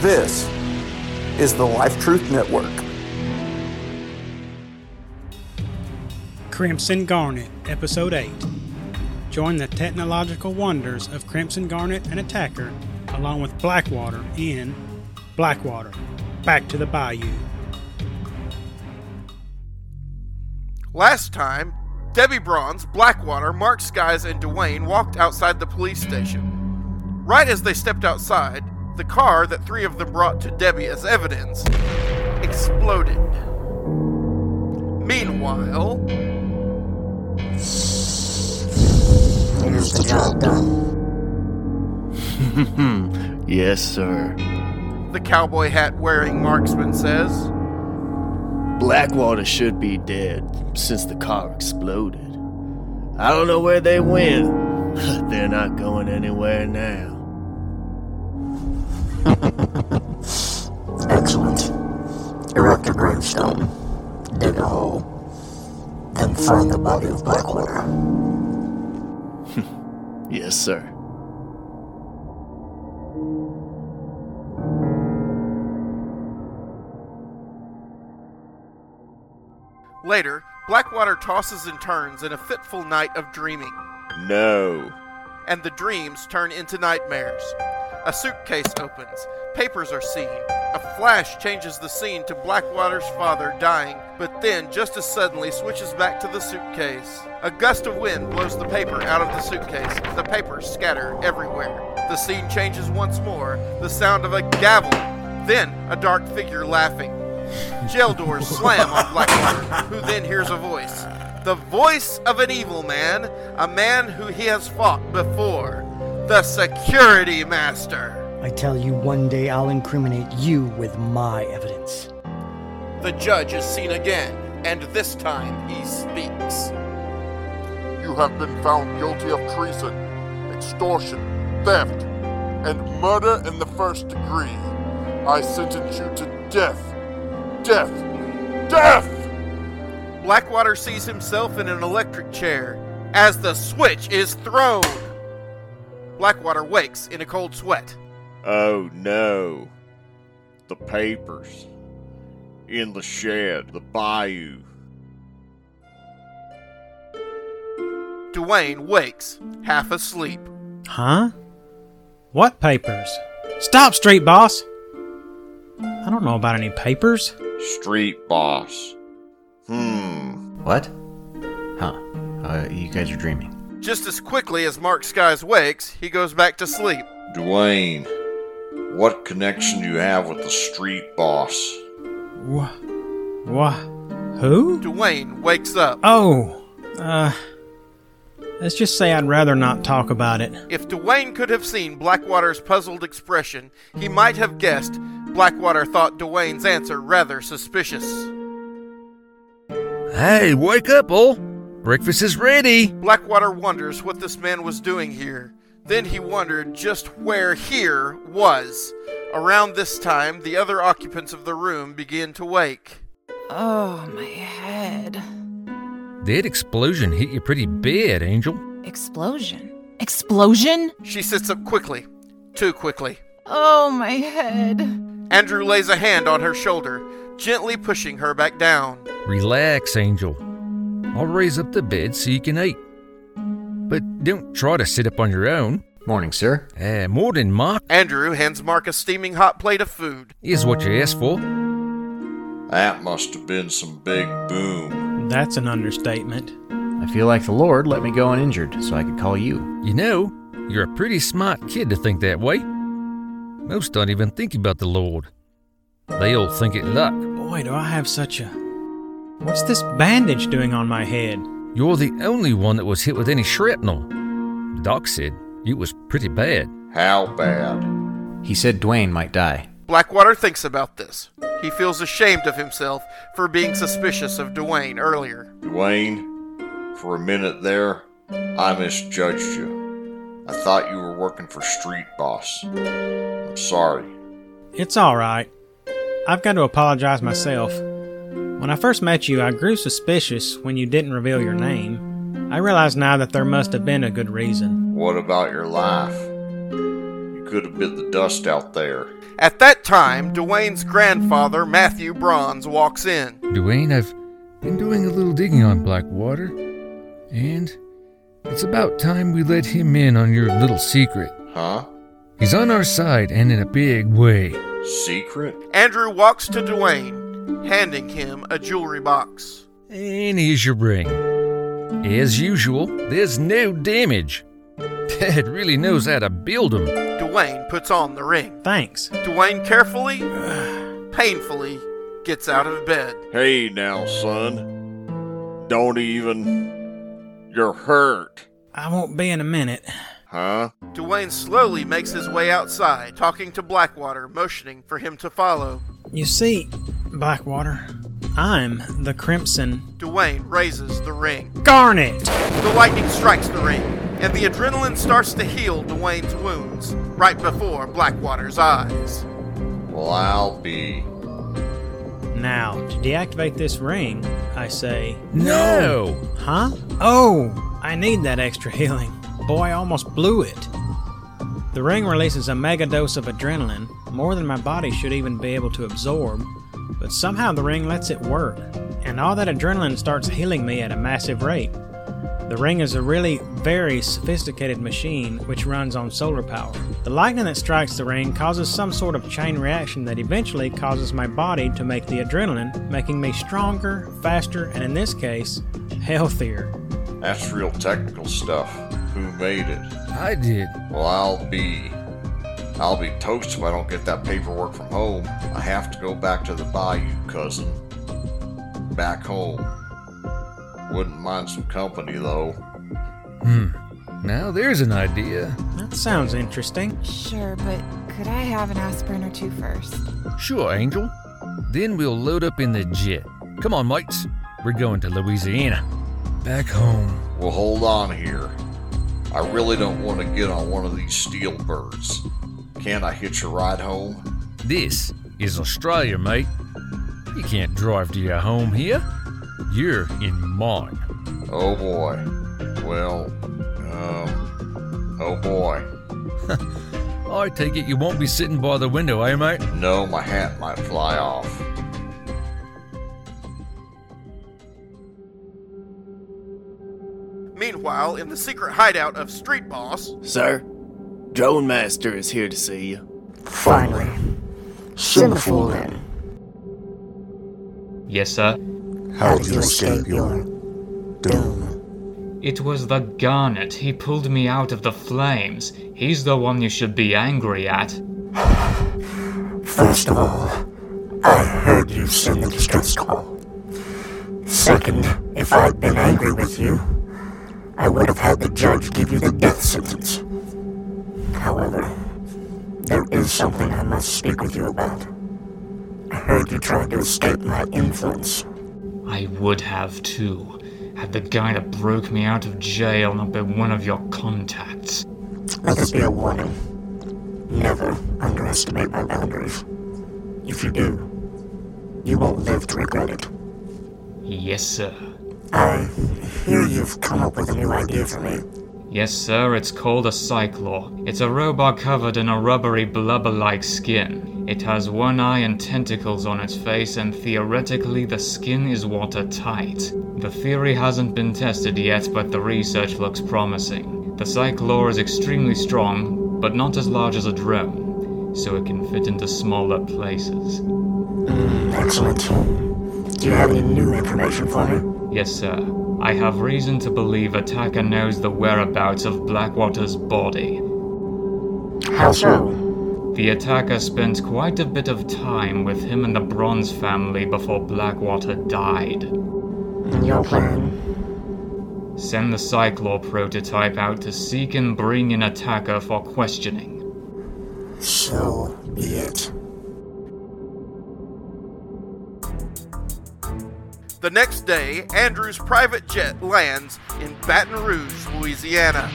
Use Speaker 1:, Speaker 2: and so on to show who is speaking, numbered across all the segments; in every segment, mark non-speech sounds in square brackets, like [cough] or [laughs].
Speaker 1: This is the Life Truth Network.
Speaker 2: Crimson Garnet, Episode 8. Join the technological wonders of Crimson Garnet and Attacker, along with Blackwater in Blackwater, Back to the Bayou.
Speaker 3: Last time, Debbie Bronze, Blackwater, Mark Skies, and Dwayne walked outside the police station. Right as they stepped outside, the car that three of them brought to Debbie as evidence exploded. Meanwhile,
Speaker 4: Here's the job done. Mm-hmm.
Speaker 5: Yes, sir.
Speaker 3: the cowboy hat wearing marksman says,
Speaker 5: Blackwater should be dead since the car exploded. I don't know where they went, [laughs] but they're not going anywhere now.
Speaker 4: [laughs] Excellent. Erect a gravestone, dig a hole, then find the body of Blackwater.
Speaker 5: Yes, sir.
Speaker 3: Later, Blackwater tosses and turns in a fitful night of dreaming.
Speaker 5: No.
Speaker 3: and the dreams turn into nightmares. A suitcase opens, papers are seen. A flash changes the scene to Blackwater's father dying, but then just as suddenly switches back to the suitcase. A gust of wind blows the paper out of the suitcase. The papers scatter everywhere. The scene changes once more, the sound of a gavel, then a dark figure laughing. Jail doors slam on Blackwater, who then hears a voice. The voice of an evil man, a man who he has fought before, the security master.
Speaker 6: I tell you, one day I'll incriminate you with my evidence.
Speaker 3: The judge is seen again, and this time he speaks.
Speaker 7: You have been found guilty of treason, extortion, theft, and murder in the first degree. I sentence you to death. Death. Death!
Speaker 3: Blackwater sees himself in an electric chair as the switch is thrown. Blackwater wakes in a cold sweat.
Speaker 5: Oh, no. The papers. In the shed, the bayou.
Speaker 3: Duane wakes, half asleep.
Speaker 2: Huh? What papers? Stop, street boss! I don't know about any papers.
Speaker 5: Street boss. Hmm.
Speaker 8: What? Huh. Uh, you guys are dreaming.
Speaker 3: Just as quickly as Mark Skies wakes, he goes back to sleep.
Speaker 9: Dwayne, what connection do you have with the street boss?
Speaker 2: Wha? Wha? Who?
Speaker 3: Duane wakes up.
Speaker 2: Oh, uh. Let's just say I'd rather not talk about it.
Speaker 3: If Duane could have seen Blackwater's puzzled expression, he might have guessed Blackwater thought Duane's answer rather suspicious.
Speaker 10: Hey, wake up, all! Breakfast is ready!
Speaker 3: Blackwater wonders what this man was doing here. Then he wondered just where here was. Around this time, the other occupants of the room began to wake.
Speaker 11: Oh, my head.
Speaker 10: That explosion hit you pretty bad, Angel.
Speaker 11: Explosion. Explosion?
Speaker 3: She sits up quickly, too quickly.
Speaker 11: Oh, my head.
Speaker 3: Andrew lays a hand on her shoulder, gently pushing her back down.
Speaker 10: Relax, Angel. I'll raise up the bed so you can eat. But don't try to sit up on your own.
Speaker 8: Morning, sir.
Speaker 10: Uh, more than Mark
Speaker 3: Andrew hands Mark a steaming hot plate of food.
Speaker 10: is what you asked for.
Speaker 9: That must have been some big boom.
Speaker 2: That's an understatement.
Speaker 8: I feel like the Lord let me go uninjured so I could call you.
Speaker 10: You know, you're a pretty smart kid to think that way. Most don't even think about the Lord. They all think it luck.
Speaker 2: Boy, do I have such a. What's this bandage doing on my head?
Speaker 10: You're the only one that was hit with any shrapnel. Doc said it was pretty bad.
Speaker 9: How bad?
Speaker 8: He said Dwayne might die.
Speaker 3: Blackwater thinks about this. He feels ashamed of himself for being suspicious of Duane earlier.
Speaker 9: Dwayne, for a minute there, I misjudged you. I thought you were working for street boss. I'm sorry.
Speaker 2: It's alright. I've got to apologize myself. When I first met you, I grew suspicious when you didn't reveal your name. I realize now that there must have been a good reason.
Speaker 9: What about your life? You could have bit the dust out there.
Speaker 3: At that time, Dwayne's grandfather, Matthew Bronze, walks in.
Speaker 10: Duane, I've been doing a little digging on Blackwater, and it's about time we let him in on your little secret.
Speaker 9: Huh?
Speaker 10: He's on our side and in a big way.
Speaker 9: Secret?
Speaker 3: Andrew walks to Dwayne, handing him a jewelry box.
Speaker 10: And here's your ring. As usual, there's no damage. Dad really knows how to build 'em.
Speaker 3: Dwayne puts on the ring.
Speaker 2: Thanks.
Speaker 3: Dwayne carefully, [sighs] painfully, gets out of bed.
Speaker 9: Hey now, son. Don't even. You're hurt.
Speaker 2: I won't be in a minute.
Speaker 9: Huh?
Speaker 3: Dwayne slowly makes his way outside, talking to Blackwater, motioning for him to follow.
Speaker 2: You see, Blackwater, I'm the Crimson
Speaker 3: Dwayne raises the ring.
Speaker 2: Garnet.
Speaker 3: The lightning strikes the ring, and the adrenaline starts to heal Dwayne's wounds right before Blackwater's eyes.
Speaker 9: Well, I'll be.
Speaker 12: Now, to deactivate this ring, I say,
Speaker 10: No!
Speaker 12: Huh? Oh, I need that extra healing. Boy, I almost blew it. The ring releases a mega dose of adrenaline, more than my body should even be able to absorb, but somehow the ring lets it work, and all that adrenaline starts healing me at a massive rate. The ring is a really very sophisticated machine which runs on solar power. The lightning that strikes the ring causes some sort of chain reaction that eventually causes my body to make the adrenaline, making me stronger, faster, and in this case, healthier.
Speaker 9: That's real technical stuff. Who made it?
Speaker 10: I did.
Speaker 9: Well, I'll be. I'll be toast if I don't get that paperwork from home. I have to go back to the bayou, cousin. Back home. Wouldn't mind some company, though.
Speaker 10: Hmm. Now there's an idea.
Speaker 12: That sounds interesting.
Speaker 11: Sure, but could I have an aspirin or two first?
Speaker 10: Sure, Angel. Then we'll load up in the jet. Come on, mates. We're going to Louisiana. Back home.
Speaker 9: Well, hold on here. I really don't want to get on one of these steel birds. Can I hitch a ride home?
Speaker 10: This is Australia, mate. You can't drive to your home here. You're in mine.
Speaker 9: Oh boy. Well, um, oh boy.
Speaker 10: [laughs] I take it you won't be sitting by the window, eh, mate?
Speaker 9: No, my hat might fly off.
Speaker 3: Meanwhile, in the secret hideout of Street Boss,
Speaker 5: Sir, Drone Master is here to see you.
Speaker 4: Finally. Send the fool in.
Speaker 13: Yes, sir.
Speaker 4: How did you escape your doom?
Speaker 13: It was the Garnet. He pulled me out of the flames. He's the one you should be angry at.
Speaker 4: First of all, I heard you send the distress call. Second, if I'd been angry with you, I would have had the judge give you the death sentence. However, there is something I must speak with you about. I heard you tried to escape my influence.
Speaker 13: I would have too, had the guy that broke me out of jail not been one of your contacts.
Speaker 4: Let this be a warning. Never underestimate my boundaries. If you do, you won't live to regret it.
Speaker 13: Yes, sir.
Speaker 4: I hear you've come up with a new idea for me.
Speaker 13: Yes, sir, it's called a cyclor. It's a robot covered in a rubbery blubber like skin. It has one eye and tentacles on its face, and theoretically, the skin is watertight. The theory hasn't been tested yet, but the research looks promising. The cyclor is extremely strong, but not as large as a drone, so it can fit into smaller places. Mm.
Speaker 4: Excellent. Do you have any new information for me?
Speaker 13: Yes, sir. I have reason to believe Attacker knows the whereabouts of Blackwater's body.
Speaker 4: How so?
Speaker 13: The attacker spent quite a bit of time with him and the Bronze family before Blackwater died.
Speaker 4: Your plan.
Speaker 13: Send the Cyclor prototype out to seek and bring in Attacker for questioning.
Speaker 4: So be it.
Speaker 3: the next day, Andrew's private jet lands in Baton Rouge, Louisiana.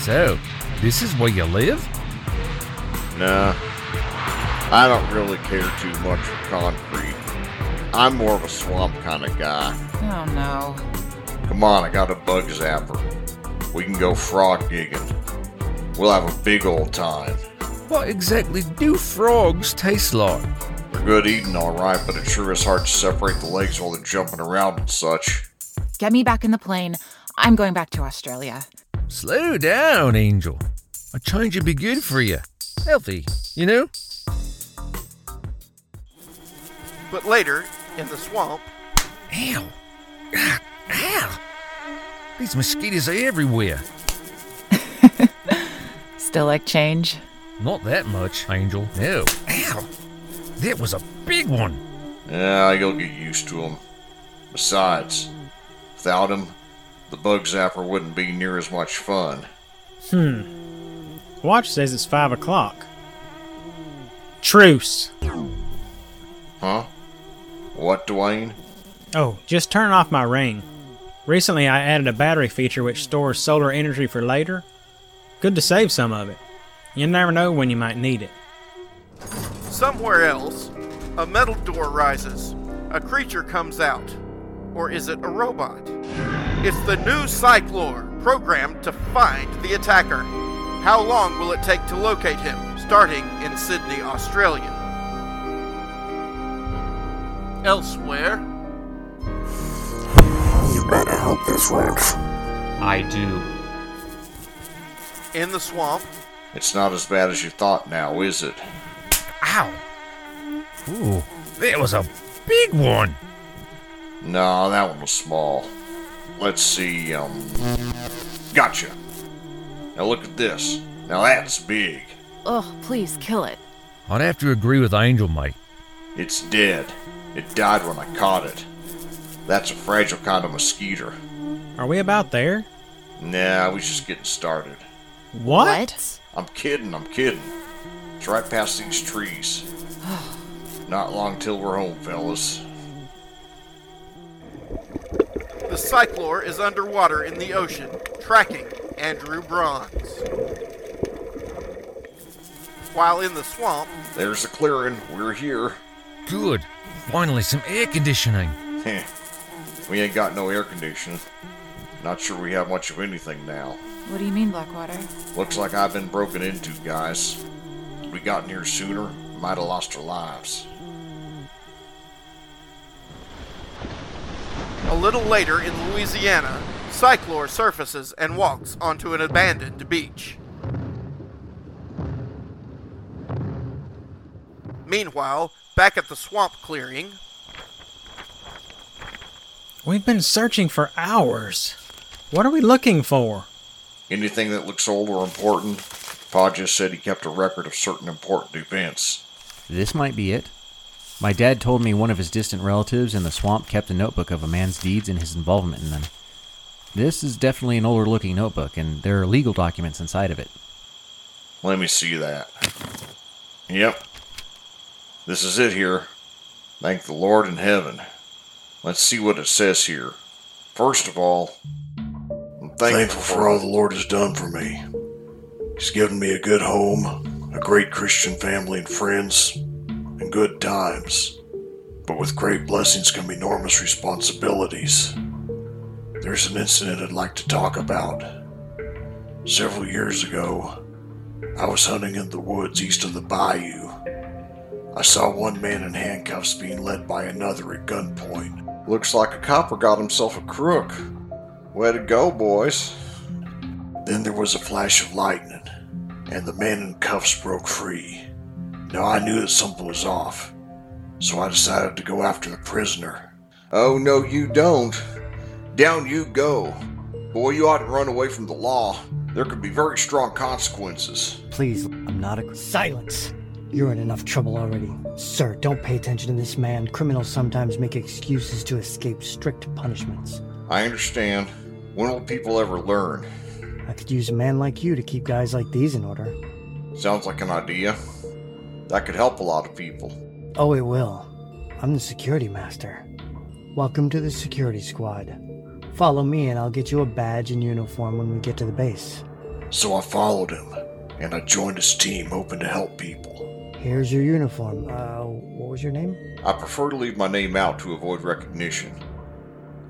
Speaker 10: So, this is where you live?
Speaker 9: Nah. I don't really care too much for concrete. I'm more of a swamp kind of guy.
Speaker 11: Oh no.
Speaker 9: Come on, I got a bug zapper. We can go frog gigging. We'll have a big old time.
Speaker 10: What exactly do frogs taste like?
Speaker 9: They're good eating, alright, but it sure is hard to separate the legs while they're jumping around and such.
Speaker 11: Get me back in the plane. I'm going back to Australia.
Speaker 10: Slow down, Angel. A change would be good for you. Healthy, you know?
Speaker 3: But later, in the swamp,
Speaker 10: Ow! Ah, Ow! These mosquitoes are everywhere.
Speaker 11: [laughs] Still like change?
Speaker 10: Not that much, Angel. No. Ow! That was a big one.
Speaker 9: Yeah, you'll get used to them. Besides, without them, the bug zapper wouldn't be near as much fun.
Speaker 12: Hmm. Watch says it's five o'clock. Truce.
Speaker 9: Huh? What, Dwayne?
Speaker 12: Oh, just turn off my ring. Recently, I added a battery feature which stores solar energy for later. Good to save some of it. You never know when you might need it.
Speaker 3: somewhere else, a metal door rises. A creature comes out. Or is it a robot? It's the new Cyclor, programmed to find the attacker. How long will it take to locate him, starting in Sydney, Australia? Elsewhere,
Speaker 4: You better hope this works.
Speaker 13: I do.
Speaker 3: in the swamp,
Speaker 9: It's not as bad as you thought now, is it?
Speaker 10: Ow! Ooh, that was a big one.
Speaker 9: No, that one was small. Let's see, um. Gotcha! Now look at this. Now that's big.
Speaker 11: Ugh, please kill it.
Speaker 10: I'd have to agree with Angel, mate.
Speaker 9: It's dead. It died when I caught it. That's a fragile kind of mosquito.
Speaker 12: Are we about there?
Speaker 9: Nah, we just getting started.
Speaker 12: What?
Speaker 9: I'm kidding, I'm kidding. It's right past these trees. Not long till we're home, fellas.
Speaker 3: the Cyclor is underwater in the ocean, tracking Andrew Bronze. While in the swamp,
Speaker 9: There's the clearing. We're here.
Speaker 10: Good. Finally, some air conditioning.
Speaker 9: Heh.
Speaker 8: Hmm.
Speaker 9: we ain't got no air conditioning. Not sure we have much of anything now.
Speaker 11: What do you mean, Blackwater?
Speaker 9: Looks like I've been broken into, guys. If we gotten here sooner, might have lost our lives.
Speaker 3: a little later in Louisiana, Cyclor surfaces and walks onto an abandoned beach. Meanwhile, back at the swamp clearing,
Speaker 12: We've been searching for hours. What are we looking for?
Speaker 9: Anything that looks old or important? Pa just said he kept a record of certain important events.
Speaker 8: This might be it. My dad told me one of his distant relatives in the swamp kept a notebook of a man's deeds and his involvement in them. This is definitely an older looking notebook, and there are legal documents inside of it.
Speaker 9: Let me see that. Yep. This is it here. Thank the Lord in heaven. Let's see what it says here. First of all, I'm
Speaker 14: thankful for all the Lord has done for me. He's given me a good home, a great Christian family and friends, and good times. But with great blessings come enormous responsibilities. There's an incident I'd like to talk about. Several years ago, I was hunting in the woods east of the bayou. I saw one man in handcuffs being led by another at gunpoint.
Speaker 9: Looks like a copper got himself a crook. Way to go, boys.
Speaker 14: Then there was a flash of lightning, and the man in cuffs broke free. Now I knew that something was off, so I decided to go after the prisoner.
Speaker 9: Oh, no, you don't. Down you go. Boy, you oughtn't run away from the law. There could be very strong consequences.
Speaker 6: Please, I'm not a. Silence! You're in enough trouble already. Sir, don't pay attention to this man. Criminals sometimes make excuses to escape strict punishments.
Speaker 9: I understand. When will people ever learn?
Speaker 6: I could use a man like you to keep guys like these in order.
Speaker 9: Sounds like an idea. That could help a lot of people.
Speaker 6: Oh, it will. I'm the security master. Welcome to the security squad. Follow me and I'll get you a badge and uniform when we get to the base.
Speaker 14: So I followed him, and I joined his team hoping to help people.
Speaker 6: Here's your uniform. Uh, what was your name?
Speaker 9: I prefer to leave my name out to avoid recognition.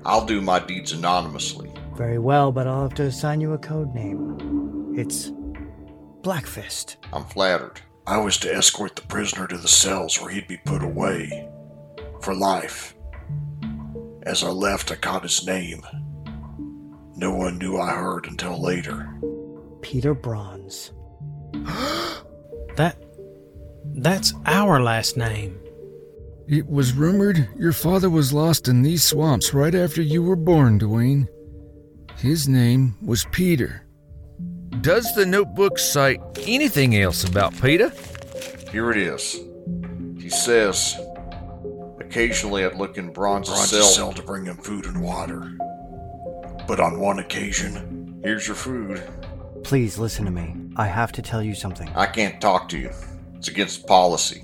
Speaker 9: I'll do my deeds anonymously.
Speaker 6: Very well, but I'll have to assign you a code name. It's Blackfist.
Speaker 8: I'm flattered.
Speaker 9: I was to escort the prisoner to the cells where he'd be put away for life. As I left, I caught his name. No one knew I heard until later.
Speaker 6: Peter Bronze.
Speaker 2: [gasps] That. That's our last name.
Speaker 15: It was rumored your father was lost in these swamps right after you were born, Dwayne. His name was Peter.
Speaker 10: Does the notebook say anything else about Peter?
Speaker 8: Here it is. He says, occasionally I'd look in Bronze's,
Speaker 9: Bronze's
Speaker 8: cell.
Speaker 9: cell to bring him food and water. But on one occasion,
Speaker 8: here's your food.
Speaker 6: Please listen to me. I have to tell you something.
Speaker 8: I can't talk to you. It's against policy.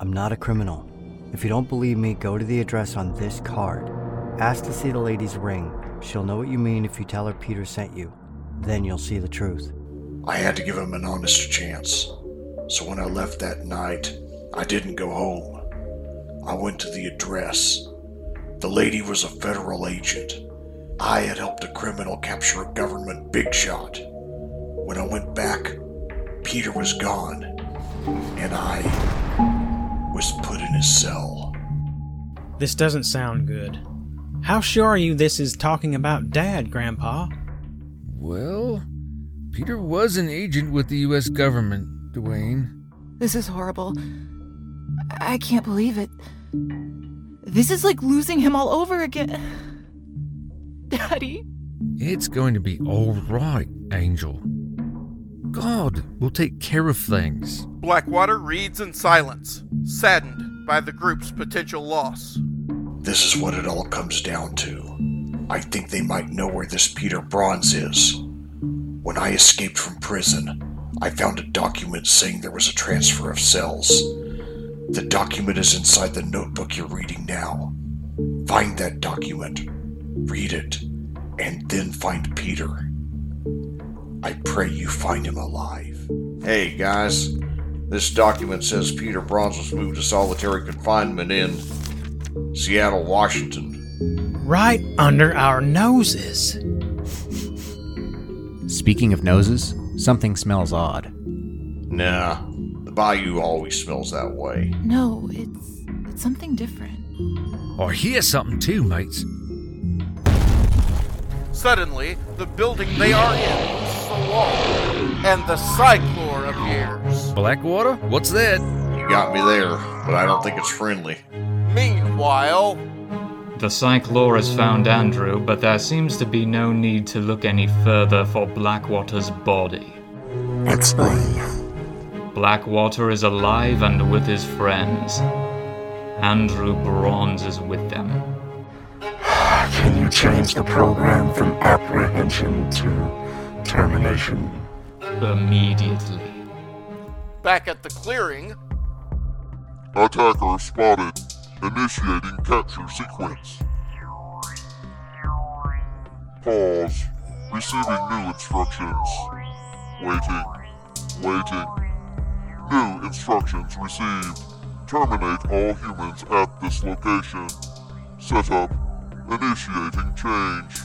Speaker 6: I'm not a criminal. If you don't believe me, go to the address on this card. Ask to see the lady's ring. She'll know what you mean if you tell her Peter sent you. Then you'll see the truth. [coughs]
Speaker 9: I had to give him an honest chance. So when I left that night, I didn't go home. I went to the address. The lady was a federal agent. I had helped a criminal capture a government big shot. When I went back, Peter was gone, and I was put in his cell.
Speaker 2: This doesn't sound good. How sure are you this is talking about Dad, Grandpa?
Speaker 15: Well, Peter was an agent with the U.S. government, Dwayne.
Speaker 11: This is horrible. I can't believe it. This is like losing him all over again. [laughs] Daddy?
Speaker 15: It's going to be all right,
Speaker 10: Angel. God will take care of things.
Speaker 3: Blackwater reads in silence, saddened by the group's potential loss.
Speaker 9: This is what it all comes down to. I think they might know where this Peter Bronze is. When I escaped from prison, I found a document saying there was a transfer of cells. The document is inside the notebook you're reading now. Find that document, read it, and then find Peter. I pray you find him alive.
Speaker 8: Hey, guys. This document says Peter Bronze was moved to solitary confinement in Seattle, Washington.
Speaker 2: Right under our noses.
Speaker 16: Speaking of noses, something smells odd.
Speaker 8: Nah, the bayou always smells that way.
Speaker 11: No, it's it's something different.
Speaker 10: I hear something too, mates.
Speaker 3: Suddenly, the building they are in hits the wall, and the cyclore appears.
Speaker 10: Blackwater? What's that?
Speaker 8: You got me there, but I don't think it's friendly.
Speaker 3: Meanwhile,
Speaker 13: The Cyclore has found Andrew, but there seems to be no need to look any further for Blackwater's body.
Speaker 4: Explain.
Speaker 13: Blackwater is alive and with his friends. Andrew Bronze is with them.
Speaker 4: Can you change the program from apprehension to termination?
Speaker 13: Immediately.
Speaker 3: back at the clearing,
Speaker 7: Attacker spotted. Initiating capture sequence. Pause. Receiving new instructions. Waiting. Waiting. New instructions received. Terminate all humans at this location. Setup. Initiating change.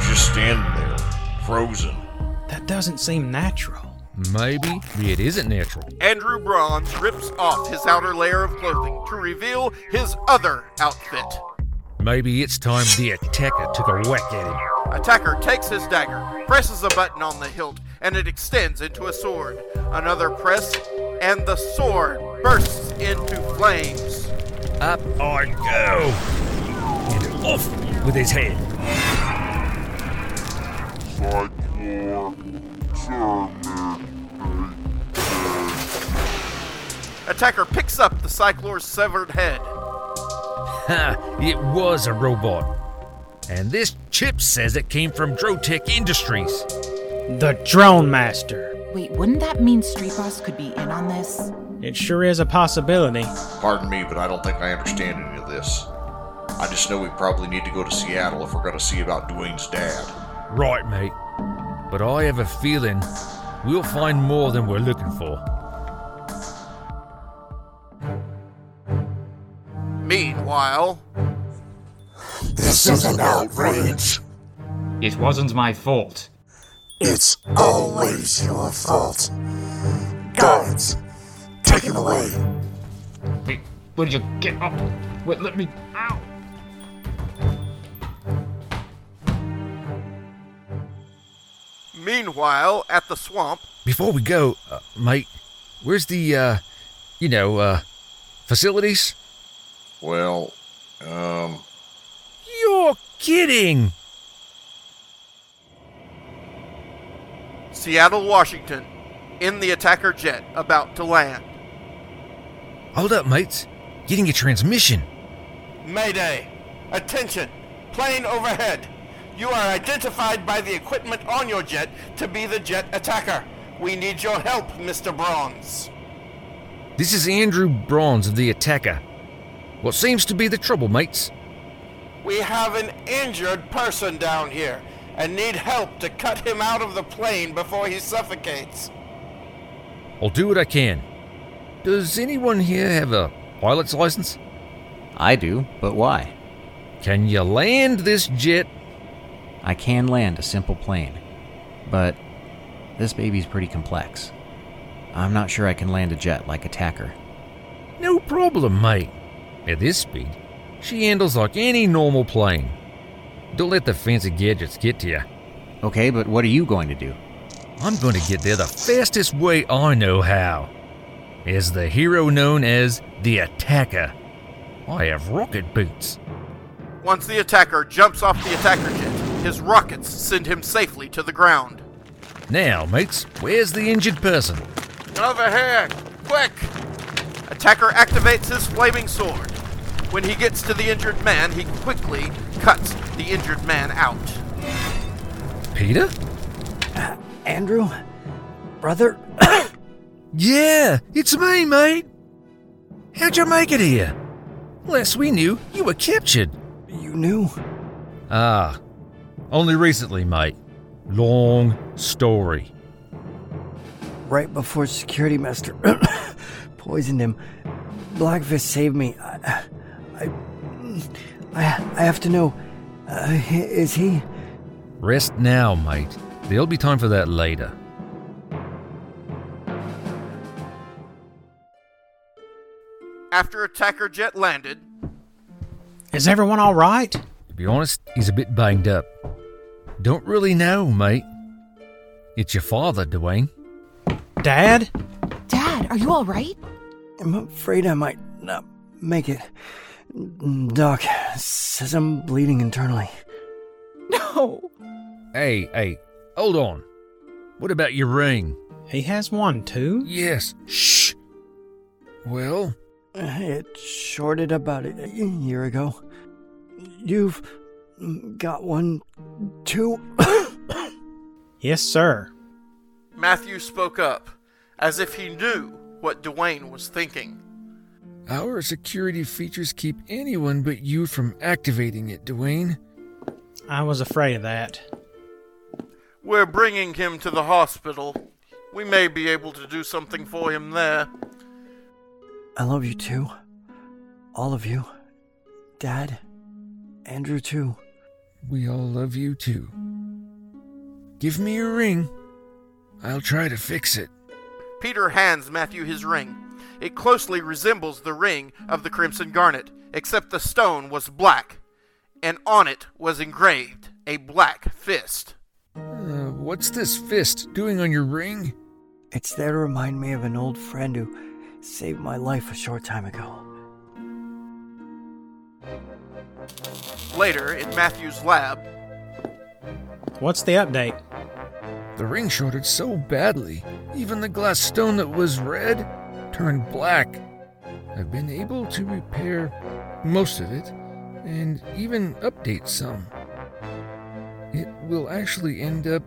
Speaker 8: Just standing there, frozen.
Speaker 2: That doesn't seem natural.
Speaker 10: Maybe it isn't natural.
Speaker 3: Andrew Bronze rips off his outer layer of clothing to reveal his other outfit.
Speaker 10: Maybe it's time the attacker took a whack at him. [laughs]
Speaker 3: Attacker takes his dagger, presses a button on the hilt, and it extends into a sword. Another press, and the sword bursts into flames.
Speaker 10: Up I go! And off with his head.
Speaker 7: Cyclore. Terminate.
Speaker 3: Attacker picks up the Cyclore's severed head.
Speaker 10: Ha! It was a robot. And this chip says it came from Drotech Industries.
Speaker 2: The Drone Master.
Speaker 11: Wait, wouldn't that mean Street Boss could be in on this?
Speaker 2: It sure is a possibility.
Speaker 8: Pardon me, but I don't think I understand any of this. I just know we probably need to go to Seattle if we're going to see about Dwayne's dad.
Speaker 10: Right, mate. But I have a feeling we'll find more than we're looking for.
Speaker 3: Meanwhile,
Speaker 4: This is an outrage.
Speaker 13: It wasn't my fault.
Speaker 4: It's always your fault. Guards, take him away.
Speaker 13: Wait, will you get up? Wait, let me. Ow!
Speaker 3: Meanwhile, at the swamp,
Speaker 10: Before we go, uh, mate, where's the, uh, you know, uh, facilities?
Speaker 9: Well, um,
Speaker 10: You're kidding!
Speaker 3: Seattle, Washington, in the attacker jet about to land.
Speaker 10: Hold up, mates. Getting a transmission.
Speaker 17: Mayday! Attention! Plane overhead! You are identified by the equipment on your jet to be the jet attacker. We need your help, Mr. Bronze.
Speaker 10: This is Andrew Bronze of the Attacker. What seems to be the trouble, mates?
Speaker 17: We have an injured person down here and need help to cut him out of the plane before he suffocates.
Speaker 10: I'll do what I can. Does anyone here have a pilot's license?
Speaker 8: I do, but why?
Speaker 10: Can you land this jet?
Speaker 8: I can land a simple plane, but this baby's pretty complex. I'm not sure I can land a jet like Attacker.
Speaker 10: No problem, mate. At this speed, she handles like any normal plane. Don't let the fancy gadgets get to you.
Speaker 8: Okay, but what are you going to do?
Speaker 10: I'm going to get there the fastest way I know how. As the hero known as the Attacker, I have rocket boots.
Speaker 3: Once the attacker jumps off the attacker jet, his rockets send him safely to the ground.
Speaker 10: Now, mates, where's the injured person?
Speaker 3: Over here! Quick! Attacker activates his flaming sword. When he gets to the injured man, he quickly cuts the injured man out.
Speaker 10: Peter?
Speaker 6: Uh, Andrew? Brother?
Speaker 10: Yeah, it's me, mate. How'd you make it here? Last we knew, you were captured.
Speaker 6: You knew?
Speaker 10: Ah, only recently, mate. Long story.
Speaker 6: Right before security master [coughs] poisoned him, Black Fist saved me. I, I, I, I have to know. Uh, h- is he?
Speaker 10: Rest now, mate. There'll be time for that later.
Speaker 3: After attacker jet landed,
Speaker 12: Is everyone all right?
Speaker 10: To be honest, he's a bit banged up. Don't really know, mate. It's your father, Dwayne.
Speaker 12: Dad?
Speaker 11: Dad, are you all right?
Speaker 6: I'm afraid I might not make it. Doc says I'm bleeding internally.
Speaker 11: No.
Speaker 10: Hey, hey, hold on. What about your ring?
Speaker 12: He has one too?
Speaker 10: Yes. Shh. Well?
Speaker 6: It shorted about a year ago. You've got one too.
Speaker 12: Yes, sir.
Speaker 3: Matthew spoke up, as if he knew what Dwayne was thinking.
Speaker 15: Our security features keep anyone but you from activating it, Dwayne.
Speaker 12: I was afraid of that.
Speaker 3: We're bringing him to the hospital. We may be able to do something for him there.
Speaker 6: I love you too. All of you. Dad. Andrew too.
Speaker 15: We all love you too. Give me your ring. I'll try to fix it.
Speaker 3: Peter hands Matthew his ring. It closely resembles the ring of the Crimson Garnet, except the stone was black, and on it was engraved a black fist.
Speaker 15: Uh, what's this fist doing on your ring?
Speaker 6: It's there to remind me of an old friend who saved my life a short time ago.
Speaker 3: Later, in Matthew's lab,
Speaker 12: What's the update?
Speaker 15: The ring shorted so badly, even the glass stone that was red turned black. I've been able to repair most of it, and even update some. It will actually end up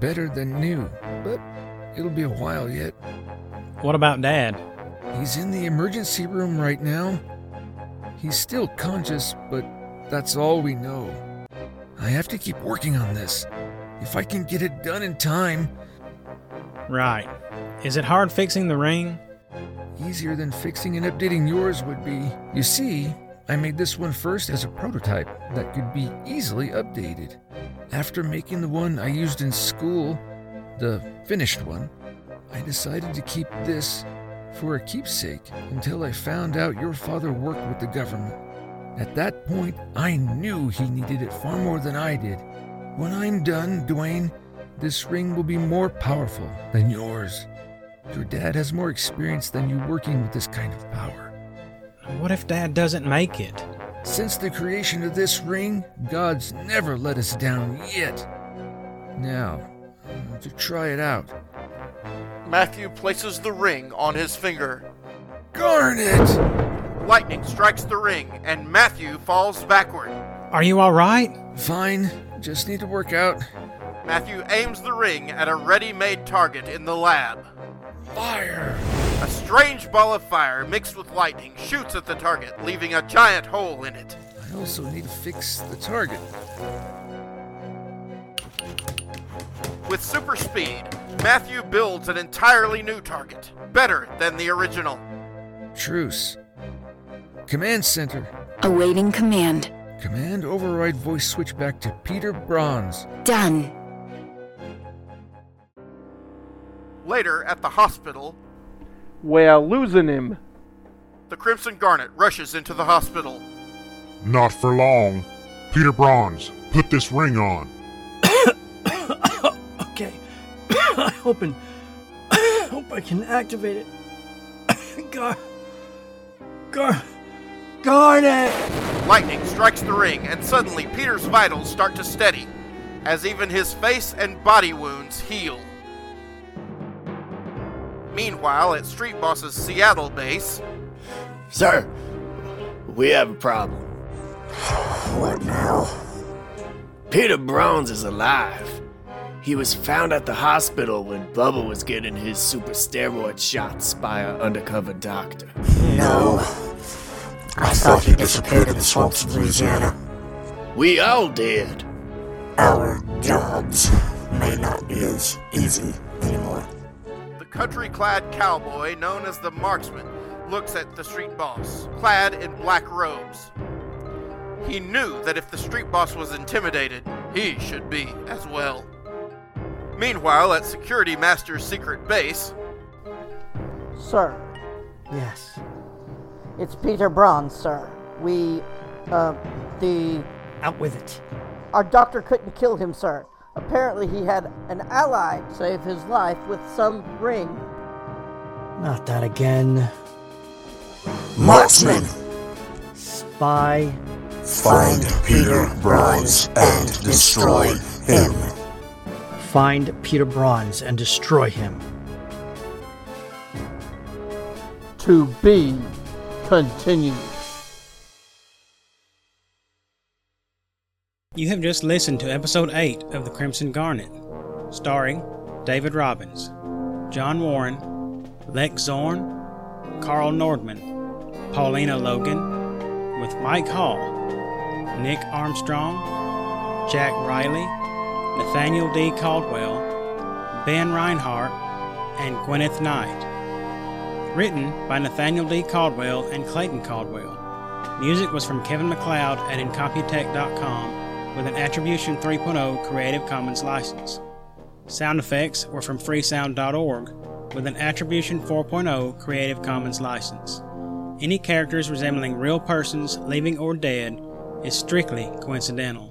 Speaker 15: better than new, but it'll be a while yet.
Speaker 12: What about Dad?
Speaker 15: He's in the emergency room right now. He's still conscious, but that's all we know. I have to keep working on this. If I can get it done in time,
Speaker 12: Right. Is it hard fixing the ring?
Speaker 15: easier than fixing and updating yours would be. You see, I made this one first as a prototype that could be easily updated. After making the one I used in school, the finished one, I decided to keep this for a keepsake until I found out your father worked with the government. At that point, I knew he needed it far more than I did. When I'm done, Dwayne, this ring will be more powerful than yours. Your dad has more experience than you working with this kind of power.
Speaker 12: What if Dad doesn't make it?
Speaker 15: Since the creation of this ring, God's never let us down yet. Now, uh, to try it out.
Speaker 3: Matthew places the ring on his finger.
Speaker 15: Darn it!
Speaker 3: Lightning strikes the ring, and Matthew falls backward.
Speaker 12: Are you alright?
Speaker 15: Fine, just need to work out.
Speaker 3: Matthew aims the ring at a ready made target in the lab.
Speaker 15: Fire!
Speaker 3: A strange ball of fire mixed with lightning shoots at the target, leaving a giant hole in it.
Speaker 15: I also need to fix the target.
Speaker 3: With super speed, Matthew builds an entirely new target, better than the original.
Speaker 15: Truce. Command center.
Speaker 18: Awaiting command.
Speaker 15: Command override voice switch back to Peter Bronze.
Speaker 18: Done.
Speaker 3: Later, at the hospital,
Speaker 19: We're losing him.
Speaker 3: the Crimson Garnet rushes into the hospital.
Speaker 20: Not for long. Peter Bronze, put this ring on.
Speaker 6: Okay. [coughs] I hope and [coughs] I hope I can activate it. [coughs] Gar, gar, garnet.
Speaker 3: Lightning strikes the ring, and suddenly Peter's vitals start to steady, as even his face and body wounds heal. Meanwhile, at Street Boss's Seattle base,
Speaker 5: Sir, we have a problem. What now? Peter Bronze is alive. He was found at the hospital when Bubba was getting his super steroid shots by an undercover doctor.
Speaker 4: No. I thought he disappeared in the swamps of Louisiana.
Speaker 5: We all did.
Speaker 4: Our jobs may not be as easy anymore.
Speaker 3: the country clad cowboy known as the marksman looks at the street boss, clad in black robes. He knew that if the street boss was intimidated, he should be as well. Meanwhile, at Security Master's secret base,
Speaker 21: Sir,
Speaker 6: Yes.
Speaker 21: it's Peter Braun, sir. We, uh, the.
Speaker 6: Out with it.
Speaker 21: Our doctor couldn't kill him, sir. Apparently, he had an ally save his life with some ring.
Speaker 6: Not that again.
Speaker 4: Marksman!
Speaker 6: Spy.
Speaker 4: Find Peter Bronze and destroy him.
Speaker 6: Find Peter Bronze and destroy him.
Speaker 21: To be continued.
Speaker 2: You have just listened to episode 8 of The Crimson Garnet, starring David Robbins, John Warren, Lex Zorn, Carl Nordman, Paulina Logan, with Mike Hall, Nick Armstrong, Jack Riley, Nathaniel D. Caldwell, Ben Reinhardt, and Gwyneth Knight. Written by Nathaniel D. Caldwell and Clayton Caldwell. Music was from Kevin McLeod at Incomputech.com with an Attribution 3.0 Creative Commons license. Sound effects were from freesound.org with an Attribution 4.0 Creative Commons license. Any characters resembling real persons, living or dead, is strictly coincidental.